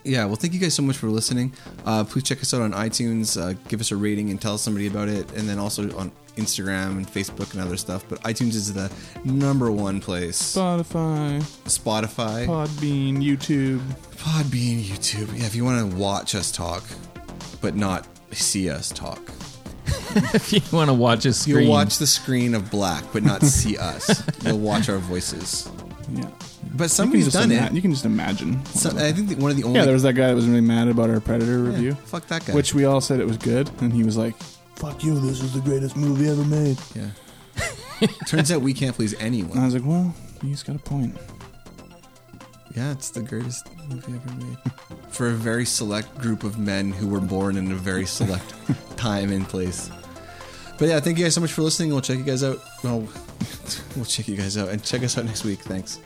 A: yeah. Well, thank you guys so much for listening. Uh, please check us out on iTunes. Uh, give us a rating and tell somebody about it. And then also on Instagram and Facebook and other stuff. But iTunes is the number one place.
C: Spotify,
A: Spotify,
C: Podbean, YouTube.
A: Podbean, YouTube. Yeah, if you want to watch us talk, but not see us talk.
B: if you want to watch a
A: You'll
B: screen,
A: watch the screen of black, but not see us. You'll watch our voices.
C: Yeah.
A: But
C: You can
A: somebody's
C: just
A: done
C: ima-
A: it.
C: You can just imagine.
A: So, uh, I think that one of the only
C: yeah, there was that guy that was really mad about our Predator
A: Yeah,
C: review,
A: Fuck that guy.
C: which we all said it was good, and he was like,
D: Fuck you, this is the greatest movie ever made.
A: yeah. Turns out we can't please
C: and I
A: anyone.
C: was like, well, he's got a point.
A: Yeah, it's the greatest movie ever made for a very select group of men who were born in a very select time and place. But yeah, thank you guys so much for listening. We'll check you guys out. Well, we'll check you guys out and check us out next week. Thanks.